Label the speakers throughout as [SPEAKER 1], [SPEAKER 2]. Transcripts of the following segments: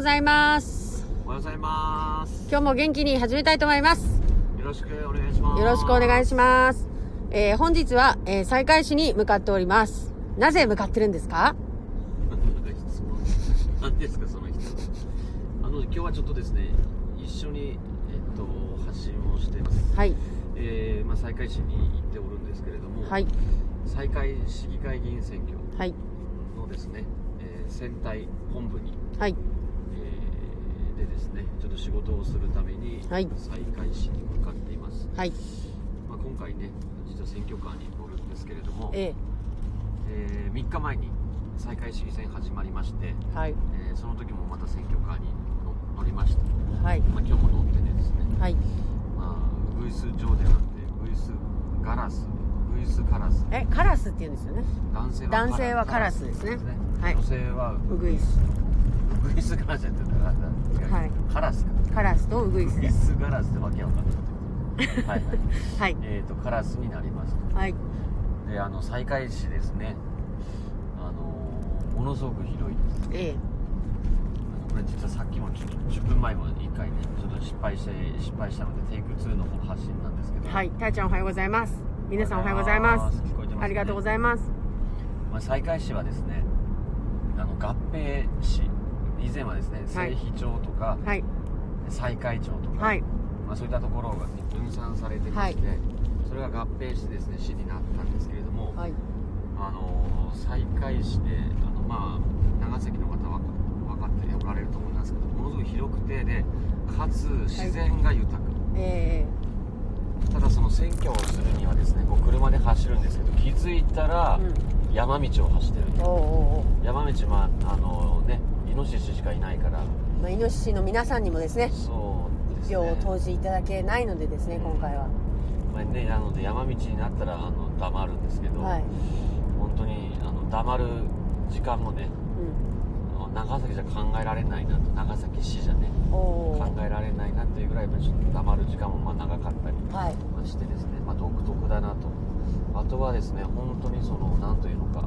[SPEAKER 1] ざいます。
[SPEAKER 2] おはようございます。
[SPEAKER 1] 今日も元気に始めたいと思います。
[SPEAKER 2] よろしくお願いします。
[SPEAKER 1] よろしくお願い
[SPEAKER 2] し
[SPEAKER 1] します。えー本日は、えー、西海市に向かっております。なぜ向かってるんですか
[SPEAKER 2] ます。 何ですか、その人。あの、今日はちょっとですね、一緒に、えっと、発信をしています。
[SPEAKER 1] はい。
[SPEAKER 2] えー、まあ、西海市に行っておるんですけれども、
[SPEAKER 1] はい。
[SPEAKER 2] 西海市議会議員選挙
[SPEAKER 1] はい。
[SPEAKER 2] のですね、えー選対本部に、
[SPEAKER 1] はい。
[SPEAKER 2] えーでですね、ちょっと仕事をするために、
[SPEAKER 1] はい
[SPEAKER 2] 西海市に向かっています。
[SPEAKER 1] はい。
[SPEAKER 2] まあ、今回ね、実は選挙カーにおるんですけれども、
[SPEAKER 1] え
[SPEAKER 2] え3日前に再開市議選始まりまして、
[SPEAKER 1] ー、はい。
[SPEAKER 2] えーその時もまた選挙カーに乗乗りました、ま
[SPEAKER 1] はい。
[SPEAKER 2] あ、今日も乗っててですね、
[SPEAKER 1] はい。
[SPEAKER 2] まあ、ウグイス嬢ではなくてウグイスガラスウグイスカラス
[SPEAKER 1] え、カラスって言うんですよね。
[SPEAKER 2] 男性は
[SPEAKER 1] 男性はカラスですねはい
[SPEAKER 2] 女性は
[SPEAKER 1] ウグイス。
[SPEAKER 2] ウグイスガラスやってたから
[SPEAKER 1] は
[SPEAKER 2] 違
[SPEAKER 1] いう
[SPEAKER 2] カラスか
[SPEAKER 1] カラスとウグイ
[SPEAKER 2] ウ
[SPEAKER 1] ス
[SPEAKER 2] グ
[SPEAKER 1] で
[SPEAKER 2] イ
[SPEAKER 1] す。
[SPEAKER 2] スガラスってわけわかんなかったはいはい
[SPEAKER 1] はい。
[SPEAKER 2] えーとカラスになりました
[SPEAKER 1] はい。
[SPEAKER 2] であの再開市ですねあのーものすごく広いです
[SPEAKER 1] え
[SPEAKER 2] これ実はさっきもちょっと10分前も1回ねちょっと失敗して失敗したのでテイク2の方の発信なんですけど
[SPEAKER 1] ー、はい。たーちゃんおはようございます。皆さんおはようございます。
[SPEAKER 2] 聞こえてます、ね、
[SPEAKER 1] ありがとうご
[SPEAKER 2] い
[SPEAKER 1] ざいます。
[SPEAKER 2] ます、あ、西海市はですねあの合併市以前はですね
[SPEAKER 1] はい
[SPEAKER 2] 西肥町とか、
[SPEAKER 1] はい。
[SPEAKER 2] 西海町とか、
[SPEAKER 1] はい。
[SPEAKER 2] まあ、そういったところが、ね、分散されてまして、それが合併してですね市になったんですけれども、
[SPEAKER 1] はい。
[SPEAKER 2] あの西海市であの、まあ、長崎の方は分かっておられると思いますけどものすごい広くてでかつ自然が豊か、
[SPEAKER 1] え
[SPEAKER 2] ただその選挙をするにはですねこう車で走るんですけど気づいたら
[SPEAKER 1] ー、
[SPEAKER 2] 山道を走ってる、
[SPEAKER 1] うん。おーおーおー。
[SPEAKER 2] 山道まああのねイノシシしかいないから
[SPEAKER 1] まあ、イノシシの皆さんにもですね
[SPEAKER 2] そうです
[SPEAKER 1] 一
[SPEAKER 2] ね
[SPEAKER 1] 票を投じいただけないのでですね今回は
[SPEAKER 2] まあねなので山道になったらあの黙るんですけど、
[SPEAKER 1] はい、
[SPEAKER 2] 本当にあの黙る時間もね
[SPEAKER 1] う
[SPEAKER 2] 長崎じゃ考えられないなと長崎市じゃね
[SPEAKER 1] ん、おお
[SPEAKER 2] 考えられないなというぐらいやっぱりちょっと黙る時間もまあ長かったり
[SPEAKER 1] はい
[SPEAKER 2] まあしてですね、まあ、独特だなとあとはですね本当にその何というのか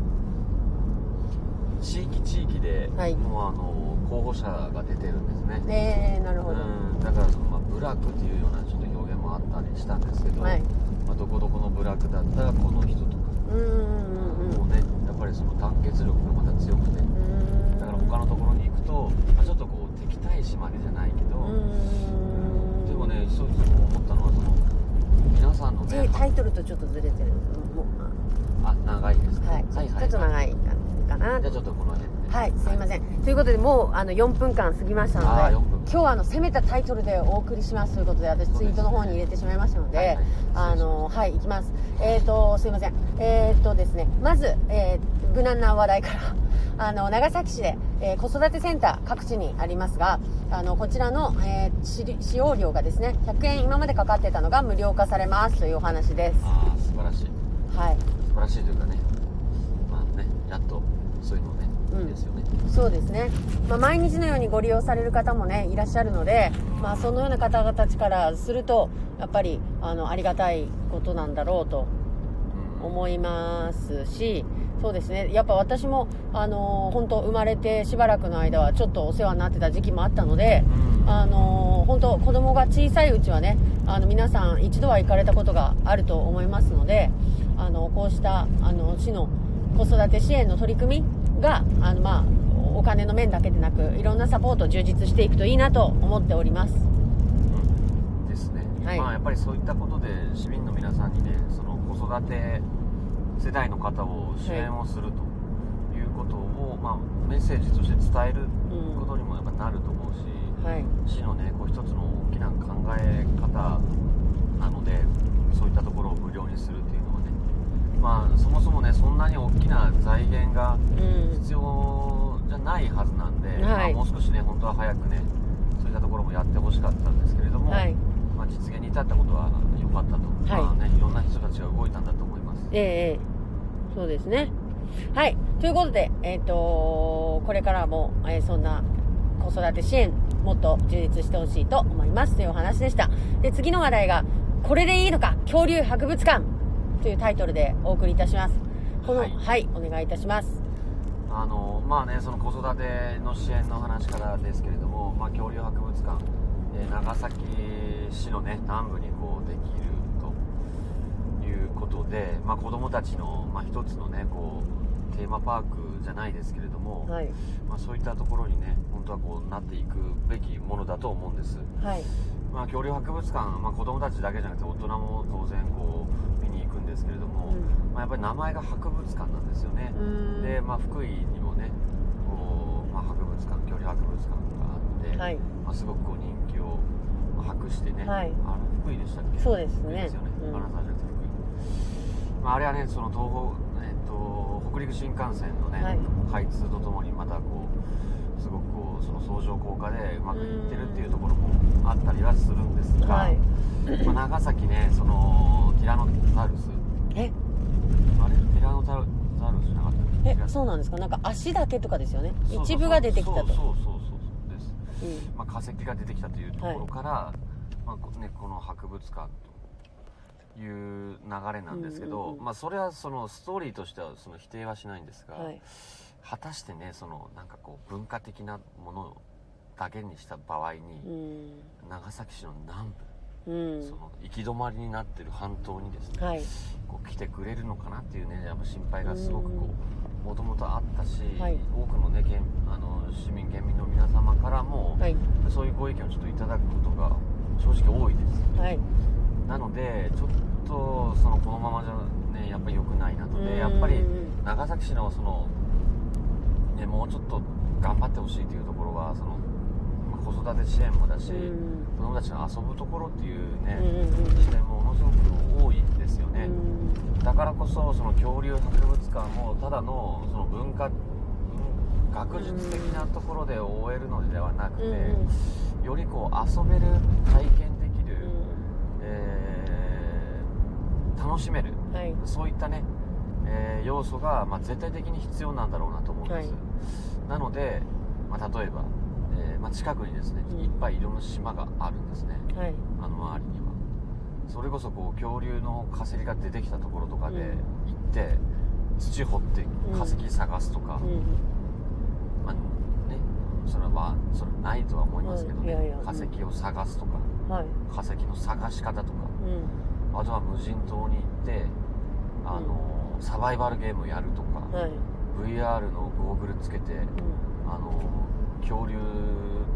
[SPEAKER 2] 地域地域で、
[SPEAKER 1] はい
[SPEAKER 2] もうあの候補者が出てるんですね
[SPEAKER 1] えー、なるほど、
[SPEAKER 2] うんだからその、まあ、部落っていうようなちょっと表現もあったりしたんですけど、
[SPEAKER 1] はい
[SPEAKER 2] まあ、どこどこの部落だったらこの人とか、
[SPEAKER 1] うんうんうん
[SPEAKER 2] もうねやっぱりその団結力がまた強く
[SPEAKER 1] う
[SPEAKER 2] て
[SPEAKER 1] ん
[SPEAKER 2] だから他のところに行くと、まあ、ちょっとこう敵対視までじゃないけど、
[SPEAKER 1] うん
[SPEAKER 2] でもね、一つ思ったのはその皆さんの
[SPEAKER 1] で
[SPEAKER 2] ね、
[SPEAKER 1] タイトルとちょっとずれてるもう
[SPEAKER 2] あ長いですね。
[SPEAKER 1] はい、
[SPEAKER 2] はいはい
[SPEAKER 1] ちょっと長い感じかな
[SPEAKER 2] じゃあちょっとこの辺で。
[SPEAKER 1] はいすいま
[SPEAKER 2] ん。
[SPEAKER 1] せん、ということでもうあの4分間過ぎましたの
[SPEAKER 2] ああ
[SPEAKER 1] で
[SPEAKER 2] 4分。
[SPEAKER 1] 今日はあの攻めたタイトルでお送りしますということで私ツイートの方に入れてしまいましたので、
[SPEAKER 2] はいはい
[SPEAKER 1] あのはい行きますえっ、とすいませんえっ、とですねまず、えー無難な話題から あの長崎市で、えー子育てセンター各地にありますがあのこちらの、えー使使用料がですね100円今までかかってたのが無料化されますというお話で
[SPEAKER 2] ああ素晴らしい素
[SPEAKER 1] すはい
[SPEAKER 2] 晴らしいというかね、まあねやっとそういうのね、
[SPEAKER 1] うん
[SPEAKER 2] いいですよね。
[SPEAKER 1] そうですね、まあ、毎日のようにご利用される方もねいらっしゃるので、まあ、そのような方々たちからするとやっぱりあのありがたいことなんだろうと
[SPEAKER 2] うん
[SPEAKER 1] 思いますしそうですねやっぱ私もあの本当生まれてしばらくの間はちょっとお世話になってた時期もあったので。
[SPEAKER 2] うん
[SPEAKER 1] あの本当子供が小さいうちはねあの皆さん一度は行かれたことがあると思いますのであのこうしたあの市の子育て支援の取り組みがあの、まあ、お金の面だけでなくいろんなサポートを充実していくといいなと思っております
[SPEAKER 2] うんですね。
[SPEAKER 1] はい
[SPEAKER 2] まあやっぱりそういったことで市民の皆さんにね、その子育て世代の方を支援をするということを、まあメッセージとして伝える
[SPEAKER 1] うん
[SPEAKER 2] ことにもやっぱなると思うし。
[SPEAKER 1] はい
[SPEAKER 2] 市のねこう一つの大きな考え方なのでそういったところを無料にするっていうのはねまあそもそもねそんなに大きな財源が
[SPEAKER 1] うん
[SPEAKER 2] 必要じゃないはずなんで、
[SPEAKER 1] い
[SPEAKER 2] まあ、もう少しね本当は早くねそういったところもやってほしかったんですけれども、
[SPEAKER 1] はい
[SPEAKER 2] まあ、実現に至ったことは良かったと、
[SPEAKER 1] はい
[SPEAKER 2] まあね、いろんな人たちが動いたんだと思います。
[SPEAKER 1] ええええそうですねはいということで、えっとこれからも、えーそんな子育て支援もっと充実してほしいと思いますというお話でしたで次の話題が「これでいいのか恐竜博物館」というタイトルでお送りいたしますこのは、
[SPEAKER 2] はいい
[SPEAKER 1] お願いいたします
[SPEAKER 2] あのまあねその子育ての支援の話からですけれども、まあ、恐竜博物館、えー長崎市のね南部にこうできるということで、まあ、子どもたちの、まあ、一つのねこうテーマパークじゃないですけれども、
[SPEAKER 1] はい
[SPEAKER 2] まあ、そういったところにね本当はこうなっていくべきものだと思うんです、
[SPEAKER 1] はい
[SPEAKER 2] まあ、恐竜博物館、まあ、子どもたちだけじゃなくて大人も当然こう見に行くんですけれども、まあ、やっぱり名前が博物館なんですよね、
[SPEAKER 1] うん
[SPEAKER 2] で、まあ、福井にもねこう、まあ、博物館恐竜博物館があって、
[SPEAKER 1] はい
[SPEAKER 2] まあ、すごくこう人気をまあ博してね、
[SPEAKER 1] はい
[SPEAKER 2] あれ福井でしたっけ
[SPEAKER 1] そうですね
[SPEAKER 2] 福井ですよね、
[SPEAKER 1] うん
[SPEAKER 2] 金沢じゃなくて福井、まあ、あれはねその東北、えっと、北陸新幹線のね、
[SPEAKER 1] はい
[SPEAKER 2] 開通とともにまたこうすごくこうその相乗効果でうまくいってるっていうところもあったりはするんですが、
[SPEAKER 1] はい
[SPEAKER 2] まあ、長崎ねそのティラノザウルス
[SPEAKER 1] え
[SPEAKER 2] あれティラノザウザウルスじゃなかったっけ
[SPEAKER 1] え
[SPEAKER 2] ティラ
[SPEAKER 1] そうなんですかなんか足だけとかですよね
[SPEAKER 2] そうそうそう
[SPEAKER 1] 一部が出てきたと
[SPEAKER 2] そうそうそうそうです、
[SPEAKER 1] うん
[SPEAKER 2] まあ、化石が出てきたというところから、まあこね、この博物館という流れなんですけ
[SPEAKER 1] う
[SPEAKER 2] ど、
[SPEAKER 1] んうんうん
[SPEAKER 2] まあ、それはそのストーリーとしてはその否定はしないんですが、
[SPEAKER 1] はい
[SPEAKER 2] 果たしてねそのなんかこう文化的なものだけにした場合に、
[SPEAKER 1] うん
[SPEAKER 2] 長崎市の南部、
[SPEAKER 1] うん
[SPEAKER 2] その行き止まりになってる半島にですね、
[SPEAKER 1] はい
[SPEAKER 2] こう来てくれるのかなっていうねやっぱ心配がすごくこうもともとあったし、
[SPEAKER 1] はい
[SPEAKER 2] 多くのね県あの市民県民の皆様からも、
[SPEAKER 1] はい
[SPEAKER 2] そういうご意見をちょっといただくことが正直多いです
[SPEAKER 1] はい
[SPEAKER 2] なのでちょっとそのこのままじゃねやっぱり良くないなの
[SPEAKER 1] うん
[SPEAKER 2] でやっぱり長崎市のその、ね、もうちょっと頑張ってほしいというところはそのまあ子育て支援もだし、
[SPEAKER 1] うん
[SPEAKER 2] 子供たちの遊ぶところっていう
[SPEAKER 1] うんうん
[SPEAKER 2] ね、
[SPEAKER 1] うん
[SPEAKER 2] 視点もものすごく多いんですよね、
[SPEAKER 1] うん
[SPEAKER 2] だからこそその恐竜博物館もただのその文化うん学術的なところで終えるのではなくて、
[SPEAKER 1] うん
[SPEAKER 2] よりこう遊べる体験できる、
[SPEAKER 1] う
[SPEAKER 2] えー楽しめる
[SPEAKER 1] んはい
[SPEAKER 2] そういったね、えー要素が、まあ、絶対的に必要なんだろうなと思うんです、
[SPEAKER 1] はい
[SPEAKER 2] なので、まあ、例えば、えーまあ、近くにですね、
[SPEAKER 1] うん
[SPEAKER 2] いっぱいいろんな島があるんですね
[SPEAKER 1] はい
[SPEAKER 2] あの周りにはそれこそこう恐竜の化石が出てきたところとかで
[SPEAKER 1] う
[SPEAKER 2] 行
[SPEAKER 1] ん
[SPEAKER 2] って、土掘って化石探すとか、
[SPEAKER 1] うん
[SPEAKER 2] まあね、それはそれはないとは思いますけどね、
[SPEAKER 1] うんいやいやうん
[SPEAKER 2] 化石を探すとか
[SPEAKER 1] はい
[SPEAKER 2] 化石の探し方とか
[SPEAKER 1] うん
[SPEAKER 2] あとは無人島に行ってあの、サバイバルゲームをやるとか、
[SPEAKER 1] はい
[SPEAKER 2] VR のゴーグルつけてあの恐竜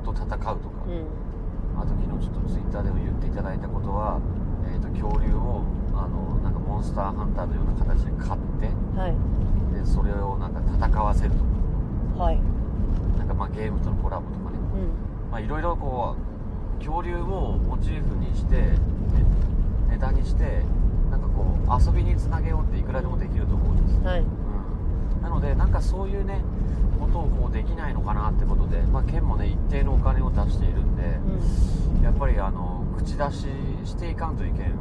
[SPEAKER 2] と戦うとか、
[SPEAKER 1] うんうん
[SPEAKER 2] あと昨日ちょっとツイッターでも言っていただいたことは、えー、と恐竜をあのなんかモンスターハンターのような形で買って
[SPEAKER 1] はい
[SPEAKER 2] でそれをなんか戦わせるとか
[SPEAKER 1] はい
[SPEAKER 2] なんかまあゲームとのコラボとかね
[SPEAKER 1] うん
[SPEAKER 2] まあいろいろこう恐竜をモチーフにして、ねネタにしてなんかこう遊びにつなげようっていくらでもできると思うんです、
[SPEAKER 1] はい
[SPEAKER 2] うん、なのでなんかそういうねことをこうできないのかなってことで、まあ、県もね一定のお金を出しているんで、やっぱりあの口出ししていかんといけん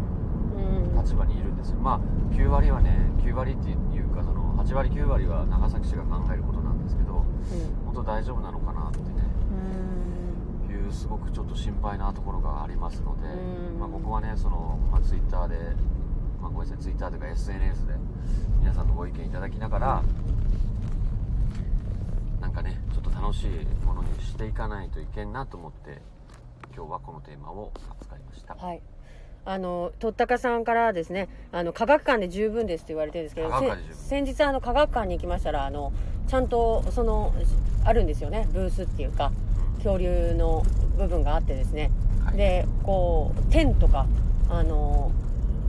[SPEAKER 1] うんうん
[SPEAKER 2] 立場にいるんですよまあ9割はね9割っていうかその8割9割は長崎市が考えることなんですけど本当大丈夫なのかなってね
[SPEAKER 1] うん
[SPEAKER 2] いうすごくちょっと心配なところがありますので
[SPEAKER 1] うん、
[SPEAKER 2] まあ、ここはねその、まあ、ツイッターで、まあ、ごめんなさいツイッターというか SNS で皆さんのご意見いただきながらなんかねちょっと楽しいものにしていかないといけんなと思って今日はこのテーマを扱いました。
[SPEAKER 1] はいあのとったかさんからですねあの科学館で十分ですって言われてるんですけど
[SPEAKER 2] 科学館で十分
[SPEAKER 1] せ先日あの科学館に行きましたらあのちゃんとそのあるんですよねブースっていうか恐竜の部分があってですね
[SPEAKER 2] はい
[SPEAKER 1] でこう天とかあの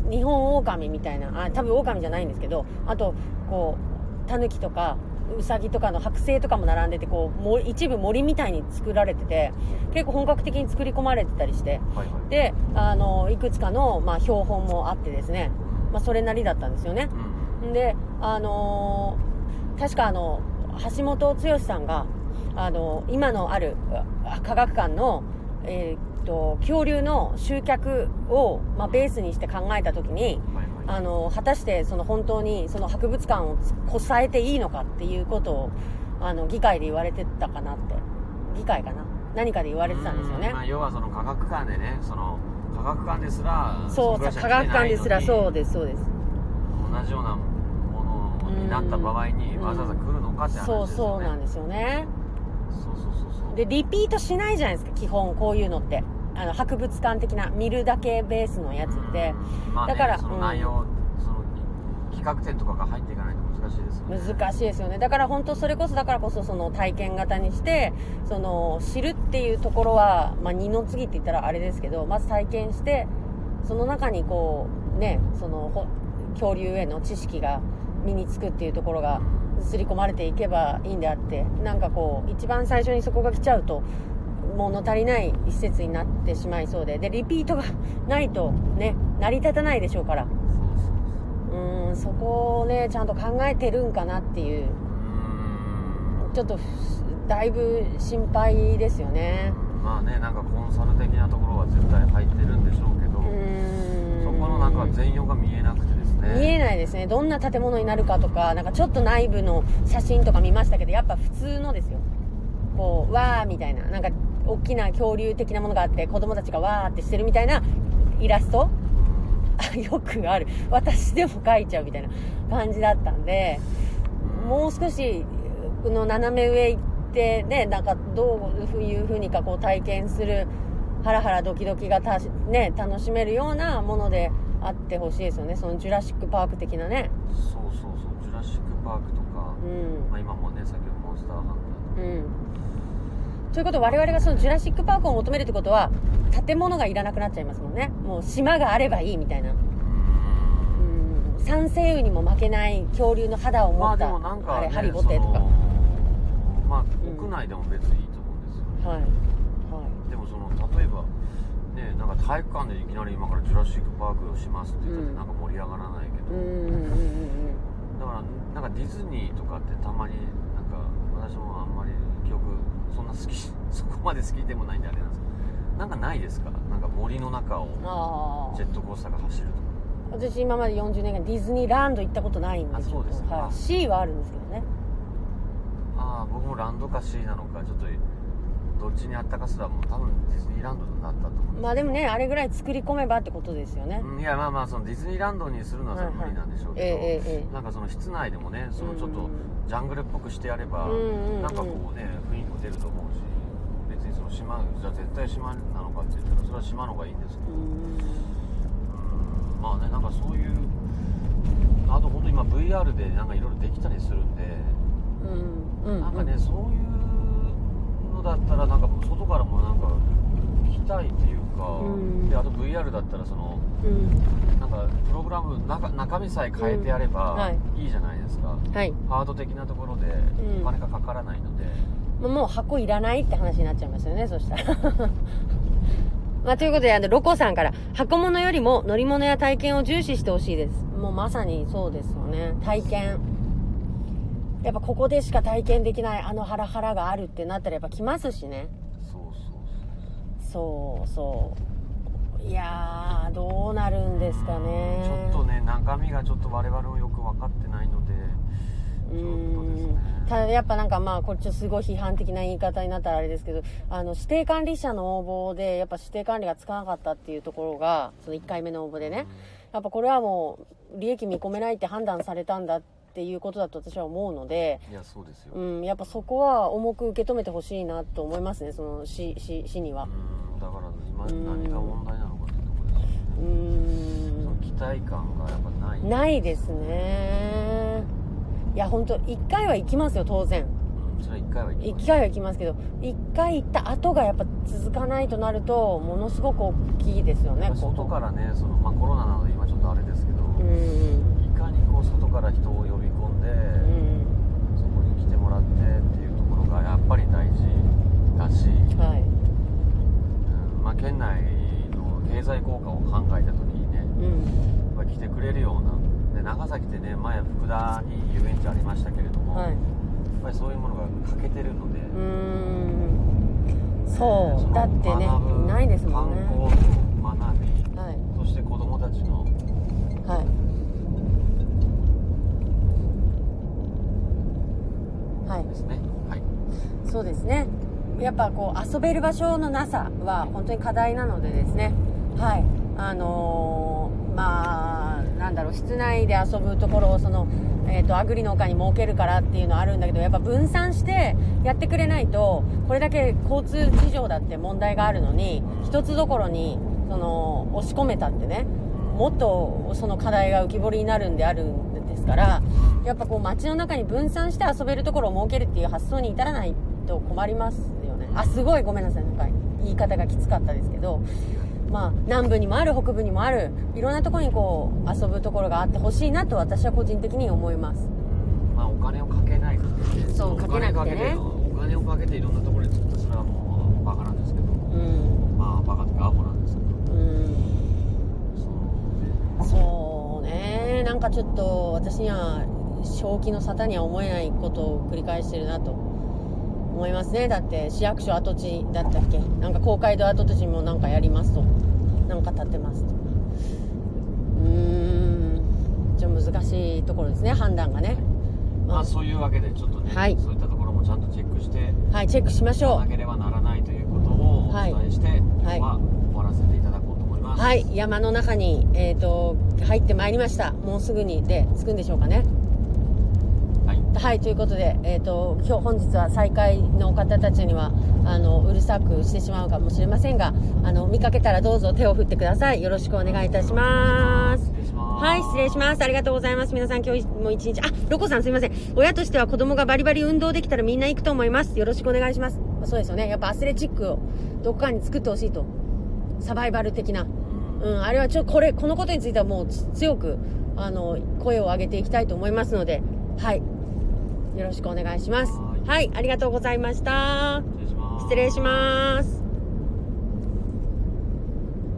[SPEAKER 1] 日本狼みたいなあ多分狼じゃないんですけどあとこうタヌキとかウサギとかの剥製とかも並んでてこうも一部森みたいに作られてて結構本格的に作り込まれてたりして
[SPEAKER 2] はいはい
[SPEAKER 1] であのいくつかの、まあ、標本もあってですね、まあ、それなりだったんですよね
[SPEAKER 2] うん
[SPEAKER 1] であのー確かあの橋本剛さんがあの今のあるあ科学館の、えーっと恐竜の集客を、まあ、ベースにして考えた時に
[SPEAKER 2] うんはいはい
[SPEAKER 1] あの果たしてその本当にその博物館をこさえていいのかっていうことをあの議会で言われてたかなって議会かな何かで言われてたんですよね
[SPEAKER 2] うまあ、要はその科学館でねその科学館ですら
[SPEAKER 1] そう
[SPEAKER 2] ぐらいし
[SPEAKER 1] 科
[SPEAKER 2] か来
[SPEAKER 1] 学
[SPEAKER 2] てないの
[SPEAKER 1] 館
[SPEAKER 2] に
[SPEAKER 1] ですらそうですそうです
[SPEAKER 2] 同じようなものをことになった場合に
[SPEAKER 1] うん
[SPEAKER 2] わざわざ来るのかって話です
[SPEAKER 1] そ
[SPEAKER 2] よね
[SPEAKER 1] うそうなんですよね
[SPEAKER 2] そうそうそうそう
[SPEAKER 1] でリピートしないじゃないですか基本こういうのってあの博物館的な見るだけベースのやつって
[SPEAKER 2] うんまあね、
[SPEAKER 1] だから
[SPEAKER 2] その
[SPEAKER 1] うん
[SPEAKER 2] 内容、その企画展とかが入っていかないと難しいですよね
[SPEAKER 1] 難しいですよねだから本当それこそだからこそその体験型にしてその知るっていうところは、まあ、二の次って言ったらあれですけどまず体験してその中にこうねそのほ恐竜への知識が身につくっていうところが刷り込まれていけばいいんであってなんかこう一番最初にそこが来ちゃうと物足りない施設になってしまいそうででリピートがないとね成り立たないでしょうから
[SPEAKER 2] そうそうそう
[SPEAKER 1] うーんそこをねちゃんと考えてるんかなっていう
[SPEAKER 2] うん
[SPEAKER 1] ちょっとふだいぶ心配ですよね
[SPEAKER 2] まあねなんかコンサル的なところは絶対入ってるんでしょうけど
[SPEAKER 1] うーん
[SPEAKER 2] そこのなんか全容が見えなくてですね
[SPEAKER 1] 見えないですねどんな建物になるかとかなんかちょっと内部の写真とか見ましたけどやっぱ普通のですよこうわーみたいななんか大きな恐竜的なものがあって子供たちがわーってしてるみたいなイラスト あよくある私でも描いちゃうみたいな感じだったんでもう少しこの斜め上行ってねなんかどういうふうにかこう体験するハラハラドキドキがたし、ね、楽しめるようなものであってほしいですよねそのジュラシック・パーク的なね
[SPEAKER 2] そうそうそうジュラシック・パークとか、
[SPEAKER 1] うん
[SPEAKER 2] まあ、今もね先ほどモンスターハン
[SPEAKER 1] うんということは我々がそのジュラシック・パークを求めるってことは建物がいらなくなっちゃいますもんねもう島があればいいみたいな
[SPEAKER 2] ターうん
[SPEAKER 1] うん酸性雨にも負けない恐竜の肌を
[SPEAKER 2] ま
[SPEAKER 1] 持
[SPEAKER 2] あ
[SPEAKER 1] っ
[SPEAKER 2] で
[SPEAKER 1] た、
[SPEAKER 2] もなんか、
[SPEAKER 1] あ
[SPEAKER 2] ね、
[SPEAKER 1] れハリボテとか
[SPEAKER 2] そのまあ
[SPEAKER 1] ん
[SPEAKER 2] 屋内でも別にいいと思うんですよ、
[SPEAKER 1] はいはい
[SPEAKER 2] でもその例えばねなんか体育館でいきなり今からジュラシック・パークをしますって言ったっ
[SPEAKER 1] う
[SPEAKER 2] て
[SPEAKER 1] ん
[SPEAKER 2] なんか盛り上がらない
[SPEAKER 1] う
[SPEAKER 2] け
[SPEAKER 1] んう
[SPEAKER 2] ど、
[SPEAKER 1] んうんうん
[SPEAKER 2] だからなんかディズニーとかってたまになんか私もあんまり記憶そんな好き そこまで好きでもないんであれなんですけどなんかないですかなんか森の中を
[SPEAKER 1] あ
[SPEAKER 2] ジェットコースターが走るとか
[SPEAKER 1] 私今まで40年間ディズニーランド行ったことないんです
[SPEAKER 2] あそうですか
[SPEAKER 1] はい、C はあるんですけどね
[SPEAKER 2] ああ僕もランドか C なのかちょっとどっちにあったかすらもう多分ディズニーランドだったと思うんです
[SPEAKER 1] まあでもねあれぐらい作り込めばってことですよね、
[SPEAKER 2] うんいやまあまあそのディズニーランドにするのはそれは無理なんでしょうけど、
[SPEAKER 1] はいはいええええええ
[SPEAKER 2] なんかその室内でもねそのちょっ
[SPEAKER 1] うん
[SPEAKER 2] とジャングルっぽくしてやれば、
[SPEAKER 1] うんうんうん
[SPEAKER 2] なんかこうね雰囲気も出ると思うし別にその島じゃあ絶対島なのかって言ったらそれは島の方がいいんですけど、うんまあねなんかそういうあと本当今 VR でなんかいろいろできたりするんで、
[SPEAKER 1] うんうん
[SPEAKER 2] なんかねそういうのだったらなんか外からもなんか来たいっていうか、
[SPEAKER 1] うん
[SPEAKER 2] であと VR だったらその
[SPEAKER 1] うん
[SPEAKER 2] なんかプログラム中中身さえ変えてやれ
[SPEAKER 1] うん
[SPEAKER 2] ば
[SPEAKER 1] はい
[SPEAKER 2] いいじゃないですか、
[SPEAKER 1] はい
[SPEAKER 2] ハード的なところで
[SPEAKER 1] ん
[SPEAKER 2] お金がかからないので、
[SPEAKER 1] まあもう箱いらないって話になっちゃいますよねそしたら まあということであのロコさんから箱物よりも乗り物や体験を重視してほしいですもうまさにそうですよね体験やっぱここでしか体験できないあのハラハラがあるってなったらやっぱ来ますしね
[SPEAKER 2] そうそう
[SPEAKER 1] そうそういやーどうなるんですかね
[SPEAKER 2] ちょっとね中身がちょっと我々もよく分かってないので
[SPEAKER 1] う
[SPEAKER 2] ちょっとです
[SPEAKER 1] ん
[SPEAKER 2] ね
[SPEAKER 1] ただやっぱなんかまあこれちょっとすごい批判的な言い方になったらあれですけどあの指定管理者の応募でやっぱ指定管理がつかなかったっていうところがその1回目の応募でねやっぱこれはもう利益見込めないって判断されたんだっていうことだと私は思うので、
[SPEAKER 2] いやそうですよ、う
[SPEAKER 1] うんん、やっぱそこは重く受け止めてほしいなと思いますねその市市市には
[SPEAKER 2] だから今
[SPEAKER 1] うん
[SPEAKER 2] 何が問題なのかってところですよね
[SPEAKER 1] う
[SPEAKER 2] その
[SPEAKER 1] ん
[SPEAKER 2] 期待感がやっぱない
[SPEAKER 1] ないですねいや本当1回は行きますよ当然
[SPEAKER 2] うんそれは1回は行
[SPEAKER 1] 一
[SPEAKER 2] きましょう
[SPEAKER 1] 回は行きますけど一回行った後がやっぱ続かないとなるとものすごく大きいですよねこ
[SPEAKER 2] 外
[SPEAKER 1] こ
[SPEAKER 2] からねその、まあ、コロナなので今ちょっとあれですけど、
[SPEAKER 1] うんうん
[SPEAKER 2] いかにこう外から人を呼び込ん
[SPEAKER 1] う
[SPEAKER 2] で、
[SPEAKER 1] ん
[SPEAKER 2] そこに来てもらってっていうところがやっぱり大事だし、
[SPEAKER 1] はい
[SPEAKER 2] うんまあ、県内の経済効果を考えた時にね
[SPEAKER 1] うん
[SPEAKER 2] やっぱり来てくれるようなで長崎ってね前福田に遊園地ありましたけれども、
[SPEAKER 1] は
[SPEAKER 2] や
[SPEAKER 1] い
[SPEAKER 2] っぱりそういうものが欠けてるので、
[SPEAKER 1] うーんそ
[SPEAKER 2] の
[SPEAKER 1] うだってね
[SPEAKER 2] 学ぶ
[SPEAKER 1] ないですもんね
[SPEAKER 2] 観光と学び
[SPEAKER 1] はい
[SPEAKER 2] そして子どもたちの
[SPEAKER 1] はいはい
[SPEAKER 2] ですねはい
[SPEAKER 1] そうですねやっぱこう遊べる場所のなさは本当に課題なのでですねはいあのーまあなんだろう室内で遊ぶところをその、えー、とアグリの丘に設けるからっていうのはあるんだけどやっぱ分散してやってくれないとこれだけ交通事情だって問題があるのに一つどころにその押し込めたってねもっとその課題が浮き彫りになるんであるんですからやっぱこう街の中に分散して遊べるところを設けるっていう発想に至らないと困りますよねあすごいごめんなさいなんか言い方がきつかったですけどまあ、南部にもある北部にもあるいろんなところにこう遊ぶところがあってほしいなと私は個人的に思います
[SPEAKER 2] まあお金をかけないくてね
[SPEAKER 1] そう
[SPEAKER 2] お金
[SPEAKER 1] かけなくてね
[SPEAKER 2] お金をかけていろんなところに作ったそれはもうバカなんですけど
[SPEAKER 1] うん
[SPEAKER 2] まあバカっていうかアホなんですけど
[SPEAKER 1] うん
[SPEAKER 2] そ
[SPEAKER 1] そ
[SPEAKER 2] うね
[SPEAKER 1] うねなんかちょっと私には正気の沙汰には思えないことを繰り返してるなと思いますねだって市役所跡地だったっけなんか公会堂跡地もなんかやりますとなんか建てますとうーんちょっと難しいところですね判断がね
[SPEAKER 2] まあそういうわけでちょっとね、
[SPEAKER 1] はい
[SPEAKER 2] そういったところもちゃんとチェックして
[SPEAKER 1] はいチェックしましょう
[SPEAKER 2] なければならないということをお伝えして、今日は終わらせていただこうと思います、
[SPEAKER 1] はい、山の中に、えー、と入ってまいりました、もうすぐにで着くんでしょうかね。
[SPEAKER 2] はい
[SPEAKER 1] はいということで、えー、と今日本日は再開の方たちにはあのうるさくしてしまうかもしれませんがあの、見かけたらどうぞ手を振ってください、よろしくお願いいたします。
[SPEAKER 2] 失礼します
[SPEAKER 1] はい、失礼します。ありがとうございます。皆さん、今日も一日、あ、ロコさんすいません。親としては子供がバリバリ運動できたらみんな行くと思います。よろしくお願いします。まあそうですよね。やっぱアスレチックをどっかに作ってほしいと。サバイバル的な。うん、あれはちょっとこれ、このことについてはもうつ強く、あの、声を上げていきたいと思いますので、はい。よろしくお願いします。
[SPEAKER 2] はい
[SPEAKER 1] はい、ありがとうございました。
[SPEAKER 2] 失礼します
[SPEAKER 1] 失礼します。